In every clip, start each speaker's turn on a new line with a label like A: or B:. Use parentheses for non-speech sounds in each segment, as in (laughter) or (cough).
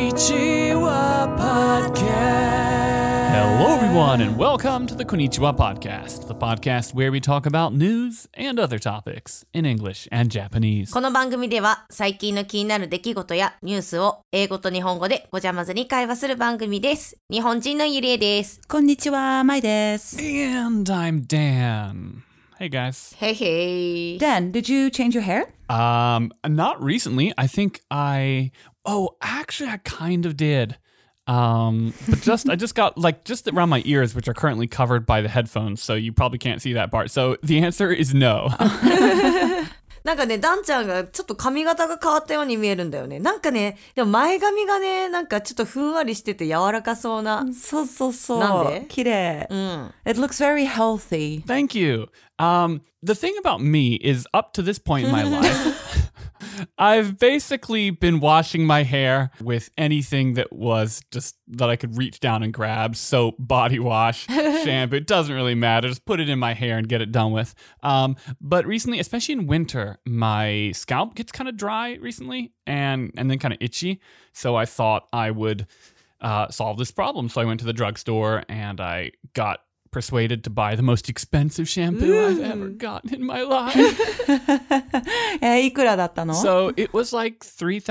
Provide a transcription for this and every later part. A: Konnichiwa Podcast.
B: Hello, everyone, and welcome to the Konnichiwa Podcast, the podcast where we talk about news and other topics in English and Japanese.
C: この番組では最近の気になる出来事やニュースを英語と日本語でごちゃ混ぜに会話する番組です。日本人のゆりえです。
D: こんにちは、まいです。
B: And I'm Dan. Hey, guys.
C: へいへい。
D: Dan, did you change your hair?
B: Um, not recently. I think I. Oh, actually, I kind of did. Um, but just I just got like just around my ears, which are currently covered by the headphones, so you probably can't see that part. So the answer is no.
C: なんかね、ダンちゃんがちょっと髪型が変わったように見えるんだよね。なんかね、でも前髪がね、なんかちょっとふんわりしてて柔らかそうな。
D: そうそうそう。
C: なんで
D: 綺麗。
C: うん。
D: It looks very (laughs) healthy.
B: Thank you. Um, the thing about me is, up to this point in my life, I've basically been washing my hair with anything that was just that I could reach down and grab soap, body wash, shampoo. It doesn't really matter. Just put it in my hair and get it done with. Um, but recently, especially in winter, my scalp gets kind of dry recently and, and then kind of itchy. So I thought I would uh, solve this problem. So I went to the drugstore and I got persuaded to buy the most expensive shampoo I've ever gotten in my life.
D: えーいくらだった
B: (laughs)
D: の
B: so it was like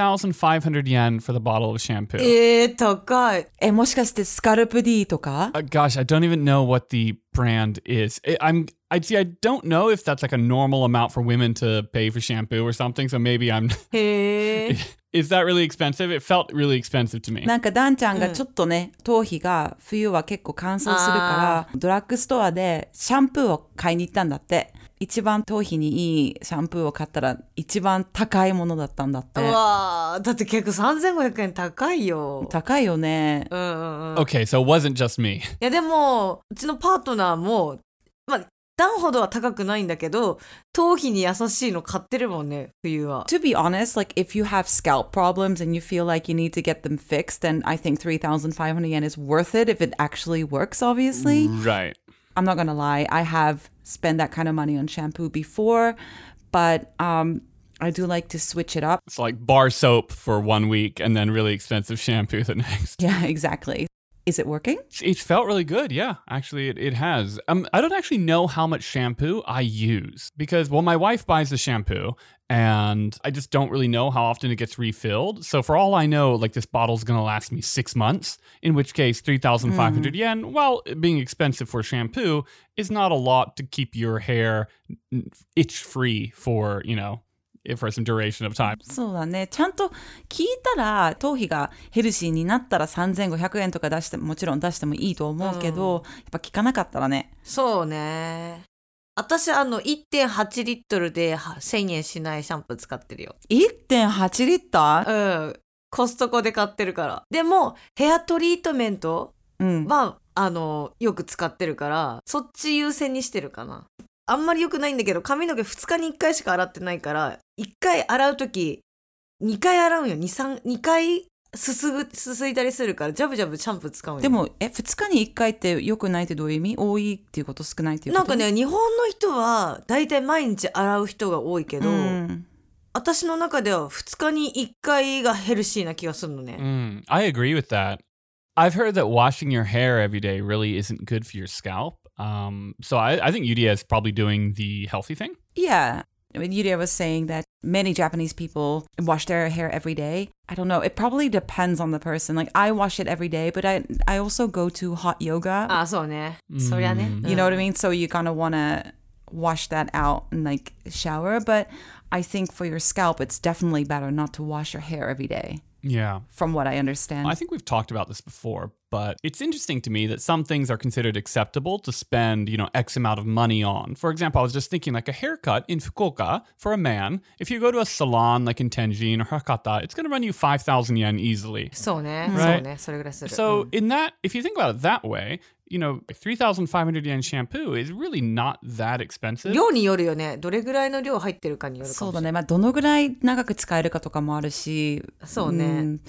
B: 3,500 yen for the bottle of shampoo.
C: えー、高い。
D: え、もしかしてスカルプ D とか
B: Uh, gosh, I don't even know what the brand is. I, I'm I see I don't know if that's like a normal amount for women to pay for shampoo or something, so maybe I'm (laughs)
C: へえ。
B: is that really expensive? It felt really expensive to me.
D: なんかダンちゃんがちょっとね、頭皮が冬は結構乾燥するから、ドラッグストアでシャンプーを買いに行ったんだって。一番頭皮にいいシャンプーを買ったら一番高いものだったんだって
C: う。わー、だって結構3500円高いよ。
D: 高いよね。
C: うんうんうん。
B: Okay, so it wasn't just me.
C: いやでもうちのパートナーもまあ段ほどは高くないんだけど頭皮に優しいの買ってるもんね冬は
D: To be honest, like if you have scalp problems and you feel like you need to get them fixed, then I think 3,500 yen is worth it if it actually works, obviously.
B: Right.
D: I'm not gonna lie, I have spent that kind of money on shampoo before, but um, I do like to switch it up. (laughs)
B: It's like bar soap for one week and then really expensive (laughs) shampoo the next.
D: Yeah, exactly. Is it working?
B: It felt really good. Yeah, actually, it, it has. Um, I don't actually know how much shampoo I use because, well, my wife buys the shampoo and I just don't really know how often it gets refilled. So, for all I know, like this bottle's going to last me six months, in which case, 3,500 yen, while it being expensive for shampoo, is not a lot to keep your hair itch free for, you know, for some duration of time.
D: そうだね。ちゃんと聞いたら、頭皮がヘルシーになったら3500円とか出して、もちろん出してもいいと思うけど、やっぱ聞かなかったらね。
C: そうね私あの1.8リットルでは1000円しないシャンプー使ってるよ
D: 1.8リッター
C: うんコストコで買ってるからでもヘアトリートメント
D: うん。
C: はあのよく使ってるからそっち優先にしてるかなあんまり良くないんだけど髪の毛2日に1回しか洗ってないから1回洗う時2回洗うんよ 2, 2回すすぐすすいたりするからジャブジャブシャンプー使うんよ
D: でも、え、2日に1回って良くないってどういう意味多いっていうこと少ないっていう
C: な
D: こ
C: ん
D: と
C: かね日本の人はだいたい毎日洗う人が多いけど、
D: うん、
C: 私の中では2日に1回がヘルシーな気がするのね、
B: Mm, I agree with that. I've heard that washing your hair every day really isn't good for your scalp. Um, so I, I think UDA is probably doing the healthy thing.
D: Yeah. I mean, Yuria was saying that many Japanese people wash their hair every day. I don't know. It probably depends on the person. Like, I wash it every day, but I, I also go to hot yoga.
C: ああそうね、
B: うん
C: そりゃね、
D: you know what I mean? So you kind of want to wash that out and like shower. But I think for your scalp, it's definitely better not to wash your hair every day,
B: Yeah.
D: from what I understand.
B: I think we've talked about this before, but it's interesting to me that some things are considered acceptable to spend, you know, X amount of money on. For example, I was just thinking like a haircut in Fukuoka for a man, if you go to a salon like in Tenjin or Hakata, it's going to run you 5,000 yen easily.
C: そうね、
B: Right.
C: そうねそれぐらいする
B: So
C: うん
B: in that, if you think about it that way, you know, 3,500 yen shampoo is really not that expensive.
C: 量によるよねどれぐらいの量入ってるかによるか
D: そ
C: も
D: う
C: しれ
D: だ
C: ない
D: ね。まあ、どのぐらい長く使えるかとかもあるし。
C: そうね
D: ん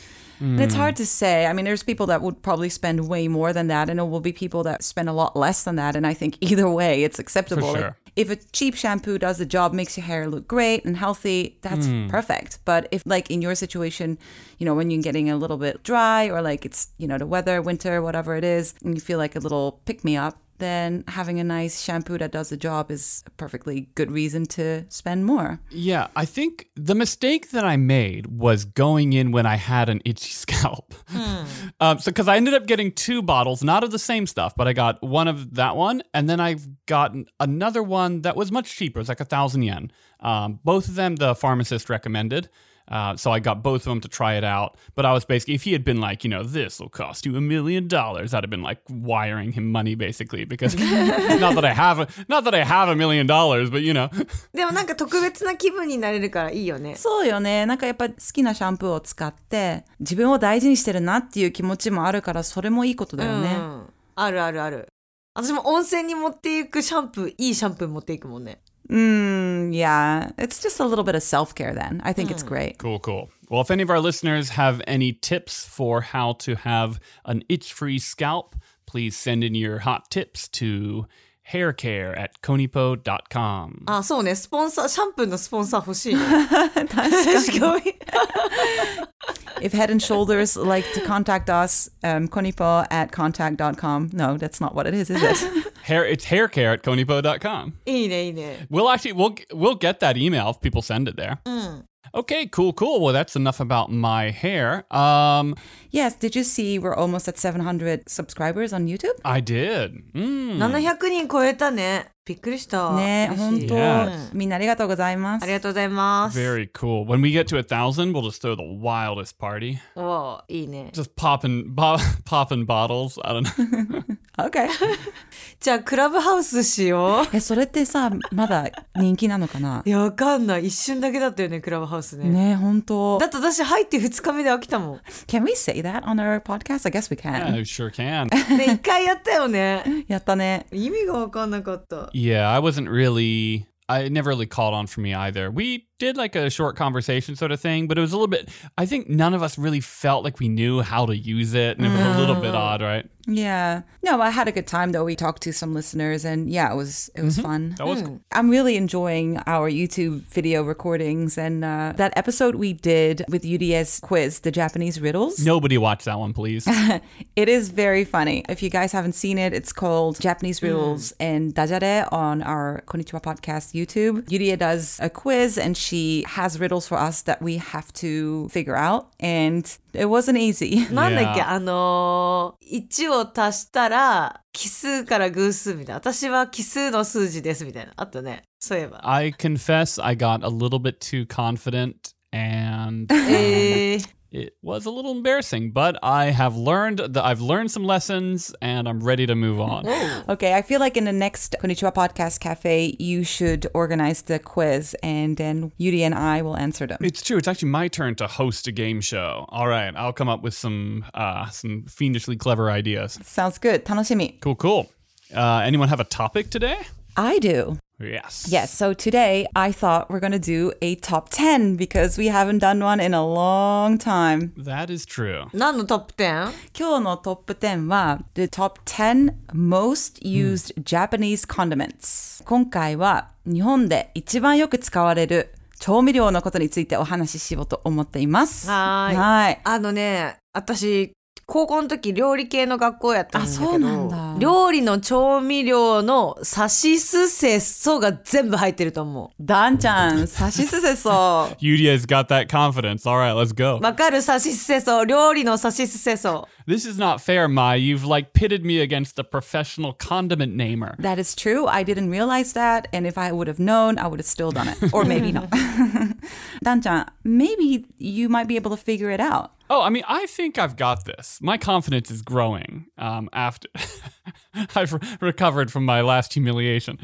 D: But It's hard to say. I mean, there's people that would probably spend way more than that, and there will be people that spend a lot less than that. And I think (laughs) either way, it's acceptable.
B: sure.
D: If a cheap shampoo does the job, makes your hair look great and healthy, that's perfect. But if, like in your situation, you know, when you're getting a little bit dry or like it's, you know, the weather, winter, whatever it is, and you feel like a little pick me up, then having a nice shampoo that does the job is a perfectly good reason to spend more.
B: Yeah, I think the mistake that I made was going in when I had an itchy (laughs) scalp. um, so, because I ended up getting two bottles, not of the same stuff, but I got one of that one, and then I've gotten another one that was much cheaper. It was like a thousand yen. Um, both of them the pharmacist recommended. Uh, so I got both of them to try it out. But I was basically, if he had been like, you know, this will cost you a million dollars, I'd have been like wiring him money basically because (laughs) not that I have a, not that I have a million dollars, but you know.
C: でもなんか特別な気分になれるからいいよね
D: そうよね。なんかやっぱ好きなシャンプーを使って自分を大事にしてるなっていう気持ちもあるからそれもいいことだよね。
C: うん、あるあるある私も温泉に持っていくシャンプーいいシャンプー持っていくもんね
D: Mm, yeah. It's just a little bit of self care then. I think it's great.
B: Cool, cool. Well, if any of our listeners have any tips for how to have an itch free scalp, please send in your hot tips to haircare at konipo.com.
C: あそうねスポンサーシャンプーのスポンサー欲しいね (laughs) 確かに
D: If Head and Shoulders like to contact us, um, konipo at contact.com. No, that's not what it is, is
C: (laughs)
D: it?
B: Hair, it's haircare at konipo.com.
C: いいねいいね
B: We'll actually we'll we'll get that email if people send it there. Okay, cool, cool. Well, that's enough about my hair. Um,
D: yes. Did you see we're almost at 700 subscribers on YouTube?
B: I did. Mm.
C: 700人超えたねびっくりした
D: ね
C: 嬉
D: 本
C: しい
D: 当、
B: Yes.
D: みんなありがとうございます
C: あり。がとうございます
B: Very cool. When we get to a thousand, we'll just throw the wildest party.
C: おーいいね
B: Just popping, bo- (laughs) popping bottles. I don't know. (laughs)
C: (laughs)
D: Okay.
C: じゃあクラブハウスしよ
D: え、それってさ、まだ人気なのかな
C: ういやわかんない一瞬だけだったよねクラブハウスね
D: ね本当
C: だって私入って2日目で飽きたもん
D: Can we say that on our podcast? I guess we can.
B: I sure can.
C: で1回やったよね
D: やったね。
C: 意味がわかんなかった
B: Yeah, I wasn't really. I it never really caught on for me either. We did like a short conversation sort of thing, but it was a little bit. I think none of us really felt like we knew how to use it, and it was a little bit odd, right?
D: Yeah. No, I had a good time though. We talked to some listeners and yeah, it was it was
B: Mm-hmm.
D: fun.
B: That was cool.
D: I'm really enjoying our YouTube video recordings and uh, that episode we did with UDS quiz, the Japanese riddles.
B: nobody watched that one, please.
D: It is very funny. If you guys haven't seen it, it's called
B: Mm.
D: Japanese Riddles and Dajare on our Konnichiwa podcast YouTube. Yuria does a quiz and she has riddles for us that we have to figure out. And it wasn't easy. (laughs)
C: なんだっけ、
B: Yeah.
C: あのー、1を足したら奇数から偶数みたいな私は奇数の数字ですみたいなあったねそういえば
B: I confess, I got a little bit too confident, and um,
C: えー、
B: it was a little embarrassing. But I have learned that I've learned some lessons, and I'm ready to move on.
D: Okay, I feel like in the next Konnichiwa Podcast Cafe, you should organize the quiz and then Yuri and I will answer them.
B: It's true. It's actually my turn to host a game show. All right, I'll come up with some uh, some fiendishly clever ideas.
D: Sounds good. Tanoshimi.
B: Cool, cool. Uh, anyone have a topic today?
D: I do.
B: Yes.
D: Yes, so today I thought we're going to do a top 10 because we haven't done one in a long time.
B: That is true.
C: 何のトップ 10?
D: 今日のトップ10は The Top 10 Most Used Japanese Condiments 今回は日本で一番よく使われる調味料のことについてお話ししようと思っています
C: はーい
D: はい
C: あのね私高校の時料理系の学校やったんだけど
D: あそうなんだ
C: 料理の調味料のさしすせそが全部入ってると思
D: ダンちゃ (laughs) んさしすせそう
B: Yudia's got that confidence. All right, let's go.
C: うわかるさしすせそ料理のさしすせそ
B: This is not fair, Mai. You've like pitted me against a professional condiment namer.
D: That is true. I didn't realize that. And if I would have known, I would have still done it. Or maybe not. (laughs) Dan-chan, maybe you might be able to figure it out.
B: Oh, I mean, I think I've got this. My confidence is growing um, after (laughs) I've re- recovered from my last humiliation.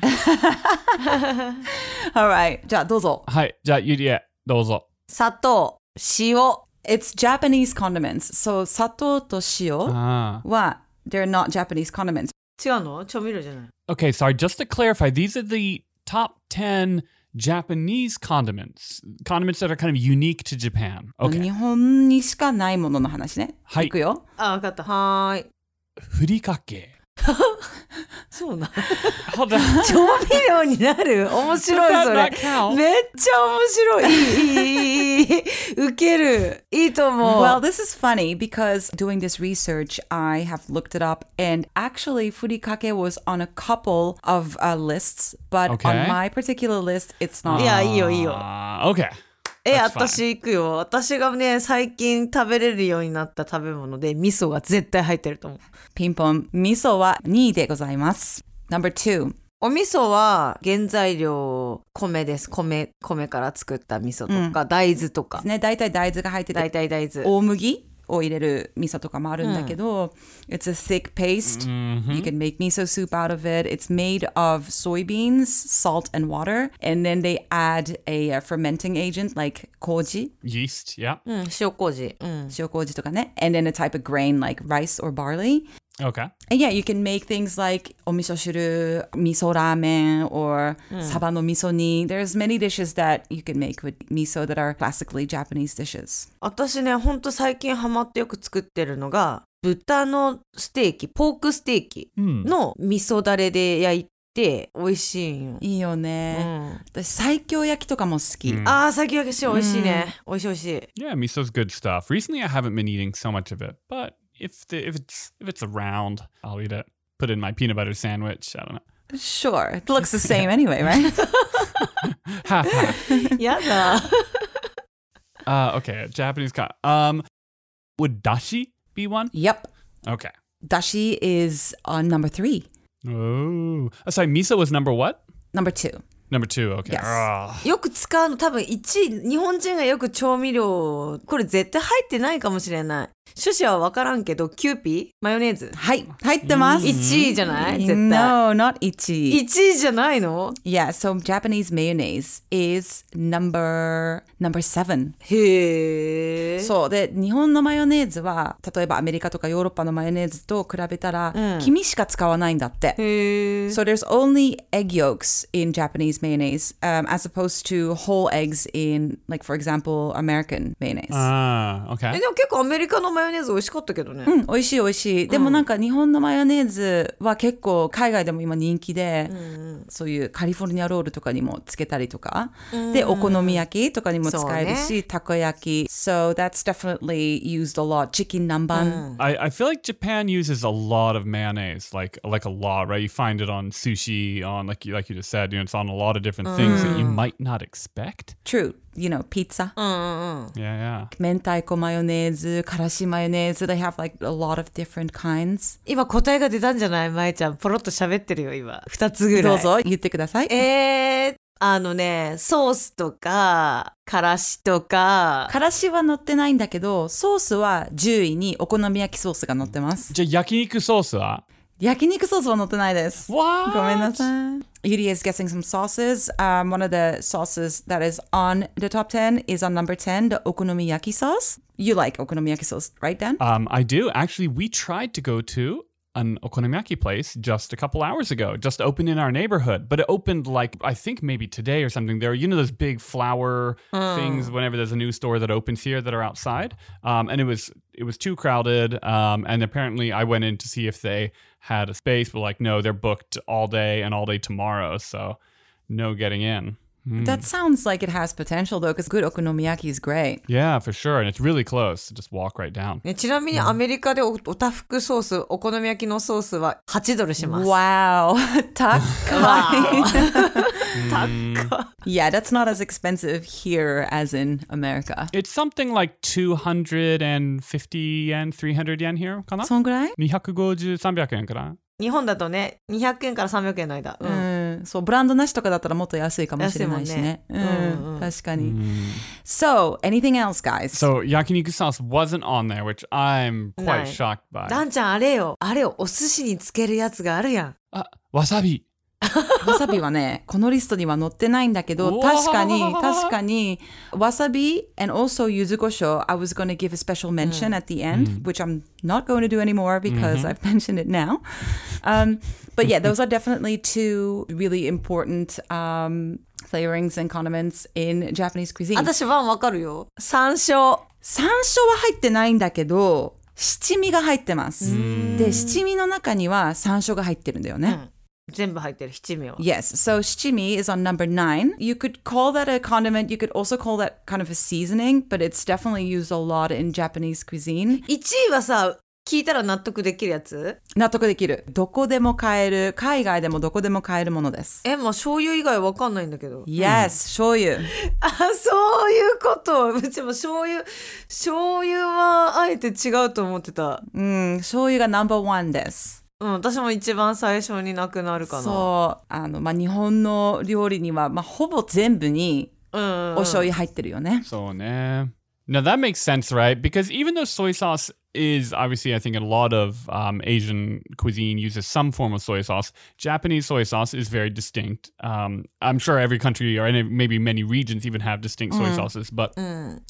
D: All right. じゃあどうぞ。
B: Hi, ja, Yudia, dozo.
C: 砂糖塩
D: It's Japanese condiments. So, 砂糖と塩
B: Ah.
D: は、they're not Japanese condiments.
C: 違うの調味料じゃない
B: Okay, sorry. Just to clarify, these are the top 10 Japanese condiments, condiments that are kind of unique to Japan.
D: 日
B: Okay.
D: 本にしかないものの話ね。
B: はい
D: いくよ。
C: あ分かったはーい
B: Furikake.
C: そうな
B: How the hell
C: 調味料に
B: (laughs)
C: なる面
B: does
C: 白
B: that
C: いそ
B: not
C: れ
B: count?
C: めっちゃ面白いいいいいいいいいウケるいいと思う
D: Well, this is funny because doing this research, I have looked it up, and actually, furikake was on a couple of uh, lists, but
B: Okay.
D: on my particular list, it's not.
C: いやいいよいいよ
B: Ah, okay.
C: え、
B: That's fine.
C: 私行くよ。私がね、最近食べれるようになった食べ物で、味噌が絶対入ってると思う。
D: ピンポン、味噌は2位でございます。Number two.
C: お味噌は原材料米です。米、米から作った味噌とか、大豆とか。
D: ね、大体大豆が入って
C: 大
D: て、
C: 体大豆。
D: 大麦を入れる味噌とかもあるんだけど、It's a thick paste. You can make miso soup out of it. It's made of soybeans, salt, and water. And then they add a uh, fermenting agent like koji.
B: Yeast, yeah.
C: うん、塩麹。うん。
D: 塩麹とかね and then a type of grain like rice or barley
B: Okay.
D: and yeah you can make things like お味噌汁味噌ラーメン or サバの味噌煮 there's many dishes that you can make with miso that are classically Japanese dishes
C: 私ね、ほんと最近ハマってよく作ってるのが、豚のステーキ、ポークステーキ
B: Hmm.
C: の味噌だれで焼いて、美味しいんよ。
D: いいよね
C: う、ん。
D: 私最強焼きとかも好き、
B: うん
C: あー、先焼け塩美味しいね。美味しい美味しい。
B: Yeah, miso's good stuff. Recently, I haven't been eating so much of it, but if the, if it's if it's around, I'll eat it. Put it in my peanut butter sandwich. I don't know. (laughs)
D: sure it looks the same anyway right
B: Half half.
D: (laughs)
C: やだ。
B: Uh, okay, Japanese. Con- um, would dashi be one?
D: yep
B: Okay.
D: だし is on number three
B: Oh, Uh, sorry. Miso was number what?
D: number two
B: Number two. Okay.
D: Yes.
B: Ah.
C: よく使うの多分1位日本人がよく調味料これ絶対入ってないかもしれない趣旨は分からんけどキューピーマヨネーズ
D: はい入ってます
C: 1位じゃない絶対
D: No not 1位
C: 1位じゃないの
D: Yeah, so Japanese mayonnaise is number number seven.
C: へえ
D: そうで日本のマヨネーズは例えばアメリカとかヨーロッパのマヨネーズと比べたら、黄身しか使わないんだって。
C: へえ
D: So there's only egg yolks in Japanese mayonnaise, um, as opposed to whole eggs in, like for example, American mayonnaise.
B: Ah. Okay.
C: えでも結構アメリカのマヨネーズ美味しかったけどね、
D: うん、美味しい美味しい。でもなんか日本のマヨネーズは結構海外でも今人気で、そういうカリフォルニアロールとかにもつけたりとか、で、お好み焼きとかにも使える
C: そう
D: し、たこ焼き。So that's definitely used a lot. Chicken 南蛮。
B: I, I feel like Japan uses a lot of mayonnaise, like like a lot, right? You find it on sushi, on like you like you just said, you know, it's on a lot of different things that you might not expect.
D: True. You know, pizza.
C: うんうんうん
B: Yeah, yeah.
D: 明太子マヨネーズ、からしマヨネーズ。They have like a lot of different kinds.
C: 今答えが出たんじゃないまえちゃんポロッと喋ってるよ今2つぐらい
D: どうぞ言ってください。
C: えー、あのねソースとかからしとか
D: からしは乗ってないんだけど、ソースは10位にお好み焼きソースが乗ってます。
B: yakiniku sauce. What?
D: 焼肉ソースは乗ってないです。ごめんな
B: Wow.
D: さい。Yuri is guessing some sauces. Um, one of the sauces that is on the top 10 is on number 10, the okonomiyaki sauce. You like okonomiyaki sauce, right, Dan?
B: Um, I do actually. We tried to go to an okonomiyaki place just a couple hours ago, just opened in our neighborhood, but it opened like I think maybe today or something. There, are, you know, those big flower things. Whenever there's a new store that opens here, that are outside, um, and it was it was too crowded. Um, and apparently, I went in to see if they had a space, but like, no, they're booked all day and all day tomorrow, so no getting in.
D: That sounds like it has potential, though, because good okonomiyaki is great.
B: Yeah, for sure, and it's really close. Just walk right down.
C: ね、ちなみにアメリカでおおたふくソースお好み焼きのソースは8ドルします
D: Wow. (laughs) Takai.
C: 高っ
D: yeah, that's not as expensive here as in America.
B: It's something like 250 yen, 300 yen here, かな
D: そんぐらい
B: ?250、300円かな
C: (laughs) 日本だとね200円から300円の間、うん
D: うん、そうブランドなしとかだったらもっと安いかもしれないしね。
C: 安いもんね
D: うん
C: うんうん
D: 確かに。So, anything else, guys?
B: Mm. So, yakiniku sauce wasn't on there, which I'm quite
C: Nice.
B: shocked by. Uh,
C: ダンちゃんあれよあれよお寿司につけるやつがあるやん
B: あ、わさび。
D: わさびはね、このリストには載ってないんだけ
B: う
D: ど、
B: わー
D: 確かに、確かに、わさび and also 柚子胡椒 I was going to give a special mention at the end, which I'm not going to do anymore because I've mentioned it now. Um, but yeah, those are definitely two really important um, flavorings and condiments in Japanese cuisine.
C: 私ワンわかるよ山椒
D: 山椒は入ってないんだけど、七味が入ってます。で、七味の中には山椒が入ってるんだよね。
C: 全部入ってる七味は
D: Yes. So shchimi is on number nine. You could call that a condiment. You could also call that kind of a seasoning, but it's definitely used a lot in Japanese cuisine.
C: 1位はさ聞いたら納得できるやつ
D: 納得できる。どこでも買える。海外でもどこでも買えるものです。
C: えまあ醤油以外わかんないんだけど
D: Yes, 醤油。
C: あそういうことうちも醤油醤油はあえて違うと思ってた
D: うん、醤油がナンバーワンです。
C: うん私も一番最初になくなるかな
D: そう。あの、まあ、日本の料理には、まあ、ほぼ全部に
C: う、ん、
D: お醤油入ってるよね。
B: So, nah. Now that makes sense, right? Because even though soy sauce is obviously, I think, a lot of um, Asian cuisine uses some form of soy sauce, Japanese soy sauce is very distinct. Um, I'm sure every country or any, maybe many regions even have distinct soy sauces, but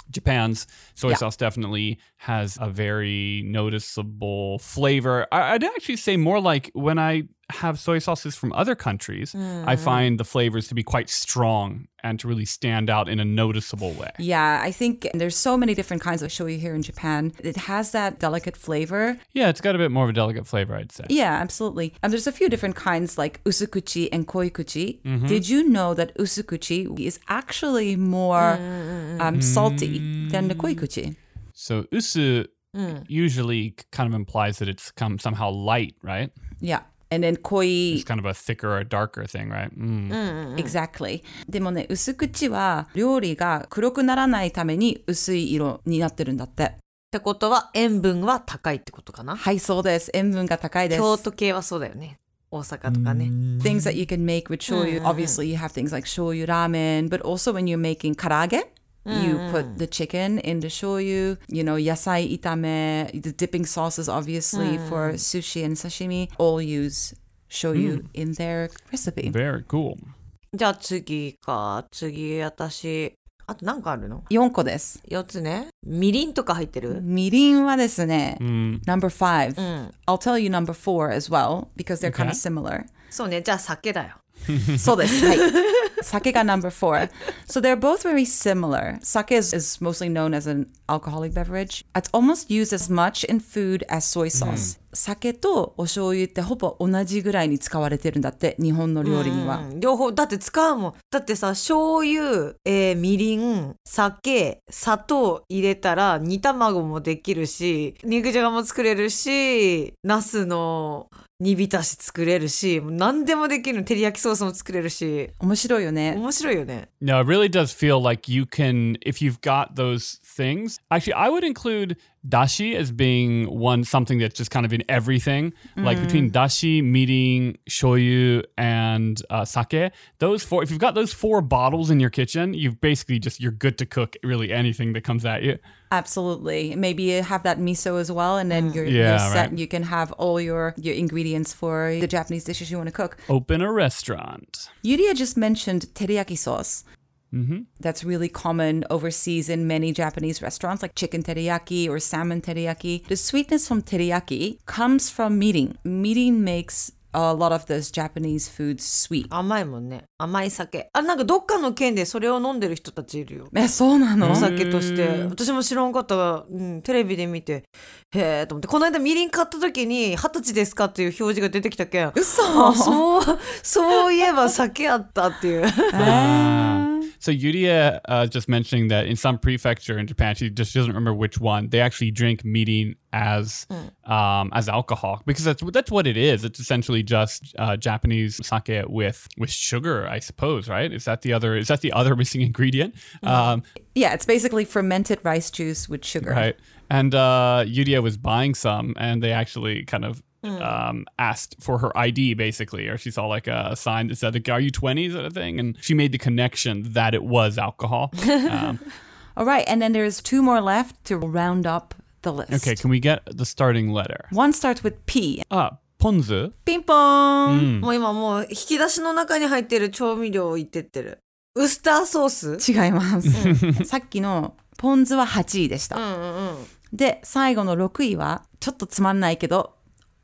B: Japan's soy sauce definitely has a very noticeable flavor. I, I'd actually say more like when I have soy sauces from other countries, I find the flavors to be quite strong and to really stand out in a noticeable way.
D: Yeah, I think there's so many different kinds of shoyu here in Japan. It has that delicate flavor.
B: Yeah, it's got a bit more of a delicate flavor, I'd say.
D: Yeah, absolutely. And there's a few different kinds like usukuchi and koikuchi. Did you know that usukuchi is actually more um, salty than the koikuchi?
B: So usu usually k- kind of implies that it's come somehow light, right?
D: Yeah. And then koi
B: It's kind of a thicker or darker thing, right? Mm.
D: exactly. でもね、薄口は料理が黒くならないために薄い色になってるんだって。
C: ってことは塩分は高いってことかな
D: はい、そうです。塩分が高いです。
C: 京都系はそうだよね大阪とかね、
D: things that you can make with shoyu. Obviously, you have things like shoyu ramen, but also when you're making karage, you put the chicken in the shoyu, you know, yasai itame, the dipping sauces, obviously, for sushi and sashimi, all use shoyu in their recipe.
B: Mm. Very cool.
C: じゃあ次か次私あと何かあるの
D: 4個です。
C: 4つねみりんとか入ってる
D: みりんはですね、number
B: Mm.
D: five.
C: ん
D: I'll tell you number four as well, because they're kind
B: Okay.
D: of similar.
C: そうねじゃあ酒だよ
D: そうです。はい。酒が number four. So they're both very similar. Sake is, is mostly known as an alcoholic beverage. It's almost used as much in food as soy
B: Mm.
D: sauce. 酒とお醤油ってほぼ同じぐらいに使われてるんだって、日本の料理には。
C: うん両方だって使うもんだってさ醤油、えーみりん酒砂糖入れたら煮卵もできるし肉じゃがも作れるしナスの煮浸し作れるしもう何でもできる照り焼きソースも作れるし
D: 面白いよね。
C: 面白いよね
B: No, it really does feel like you can, if you've got those things. Actually, I would include dashi as being one something that's just kind of in everything. Like between dashi, mirin, shoyu, and uh, sake, those four. If you've got those four bottles in your kitchen, you've basically just you're good to cook really anything that comes at you.
D: Absolutely. Maybe you have that miso as well, and then you're,
B: Yeah,
D: you're set.
B: right.
D: You can have all your, your ingredients for the Japanese dishes you want to cook.
B: Open a restaurant. Mm-hmm.
D: Yuria just mentioned teriyaki sauce. That's really common overseas in many Japanese restaurants, like chicken teriyaki or salmon teriyaki. The sweetness from teriyaki comes from mirin. Mirin makes a lot of those Japanese foods sweet. (laughs)
C: 甘いもんね甘い酒あなんかどっかの県でそれを飲んでる人たちいるよ
D: え、そうなの
C: お酒として私も知らんかったが、うん、テレビで見てへえと思ってこの間みりん買った時に「二十歳ですか?」っていう表示が出てきたけん
D: 嘘
C: あそうそういえば酒やったっていう
B: Ah. So Yuria uh, just mentioning that in some prefecture in Japan, she just doesn't remember which one. They actually drink meeting as um, as alcohol because that's that's what it is. It's essentially just uh, Japanese sake with with sugar, I suppose. Right? Is that the other? Is that the other (laughs) missing ingredient? Um,
D: Yeah, it's basically fermented rice juice with sugar.
B: right. And uh, Yuria was buying some, and they actually kind of. Um, asked for her ID basically, or she saw like a sign that said, like, Are you 20 sort of thing? And she made the connection that it was alcohol. Um,
D: All right, and then there's two more left to round up the list.
B: Okay, can we get the starting letter?
D: One starts with P.
B: Uh, ポン酢
C: ピンポー
B: う
C: ン、
B: ん
C: もう今もう引き出しの中に入ってる調味料を言ってってるウスターソースうん
D: 違います。
C: (laughs)
D: さっきのポン酢は8位でした。
C: うんうん
D: で、最後の6位は、ちょっとつまんないけど、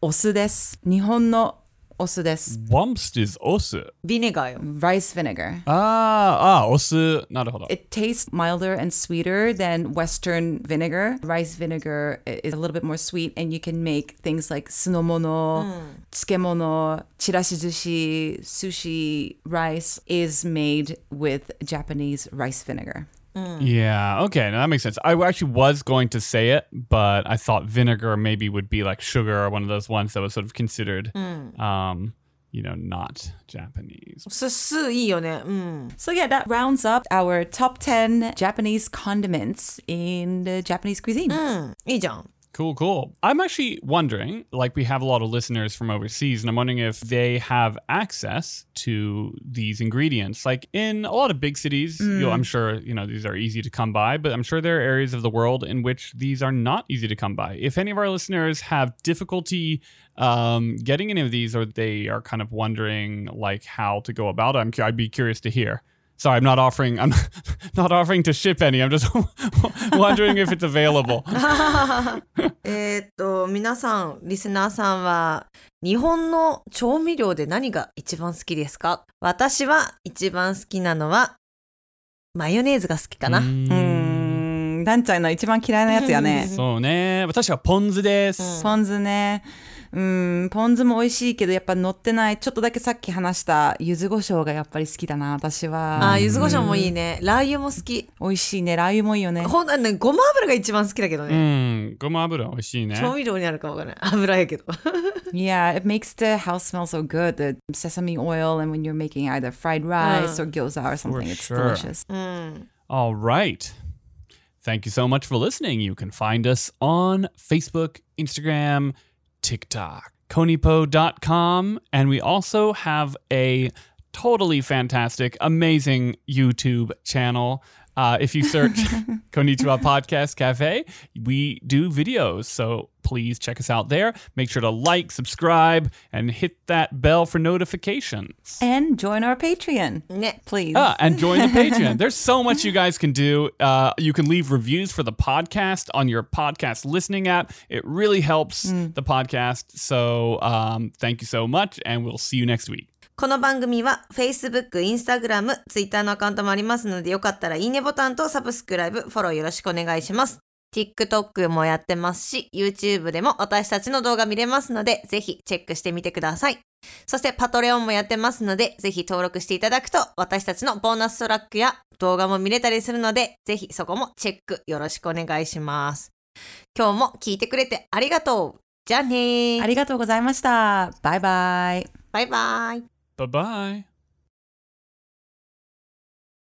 D: お酢です。日本のお酢です。
B: Wumst is お酢。
C: ビネガーよ
D: rice vinegar.
B: あーあー、お酢。なるほど。
D: It tastes milder and sweeter than Western vinegar. Rice vinegar i- is a little bit more sweet, and you can make things like sunomono, tsukemono, chirashizushi, sushi. Rice is made with Japanese rice vinegar.
B: Yeah, okay, now that makes sense. I actually was going to say it, but I thought vinegar maybe would be like sugar or one of those ones that was sort of considered, um, you know, not Japanese.
C: す酢いいよねうん
D: So, yeah, that rounds up our top 10 Japanese condiments in the Japanese cuisine.
C: うんいいじゃん
B: Cool, cool. I'm actually wondering, like, we have a lot of listeners from overseas, and I'm wondering if they have access to these ingredients. Like, in a lot of big cities, you'll, I'm sure, you know, these are easy to come by, but I'm sure there are areas of the world in which these are not easy to come by. If any of our listeners have difficulty um, getting any of these, or they are kind of wondering, like, how to go about it, I'm, cu- I'd be curious to hear. Sorry, I'm not offering. I'm (laughs) not offering to ship any. I'm just (laughs) wondering if it's available.
C: (laughs) えーっと皆さんリスナーさんは日本の調味料で何が一番好きですか私は一番好きなのはマヨネーズが好きかな、
B: Hmm.
D: Mm, うーん、なんちゃんの一番嫌いなやつやね。
B: (laughs) そうね。私はポン酢です。
D: ポン酢ね。うん、ポン酢も美味しいけど、やっぱ乗ってない。ちょっとだけさっき話した、柚子胡椒がやっぱり好きだな、私は。
C: あー柚子胡椒もいいねラー油も好き
D: 美味しいね。ラー油もいいよね。
C: ほんあのねごま油が一番好きだけど
B: う
C: ね、
B: ん、ごま油美味しいね。
C: 調味料になるかわからない油やけど
D: Yeah, it makes the house smell so good. The sesame oil and when you're making either fried rice or gyoza or something, it's
B: sure.
D: delicious.
B: All right. Thank you so much for listening. You can find us on Facebook, Instagram, TikTok, konipo.com, and we also have a totally fantastic, amazing YouTube channel. Uh, if you search Konichiwa Podcast Cafe, we do videos. So please check us out there. Make sure to like, subscribe, and hit that bell for notifications.
D: And join our Patreon,
C: ね
D: please.
B: Ah, and join the Patreon. There's so much you guys can do. Uh, you can leave reviews for the podcast on your podcast listening app. It really helps the podcast. So um, thank you so much, and we'll see you next week.
C: この番組は Facebook、Instagram、Twitter のアカウントもありますのでよかったらいいねボタンとサブスクライブ、フォローよろしくお願いします。TikTok もやってますし、YouTube でも私たちの動画見れますのでぜひチェックしてみてください。そしてパトレオンもやってますのでぜひ登録していただくと私たちのボーナストラックや動画も見れたりするのでぜひそこもチェックよろしくお願いします。今日も聞いてくれてありがとう。じゃあね
D: あ
C: ー。
D: りがとうございました。バイバイ。
C: バイバイ。
B: Bye bye.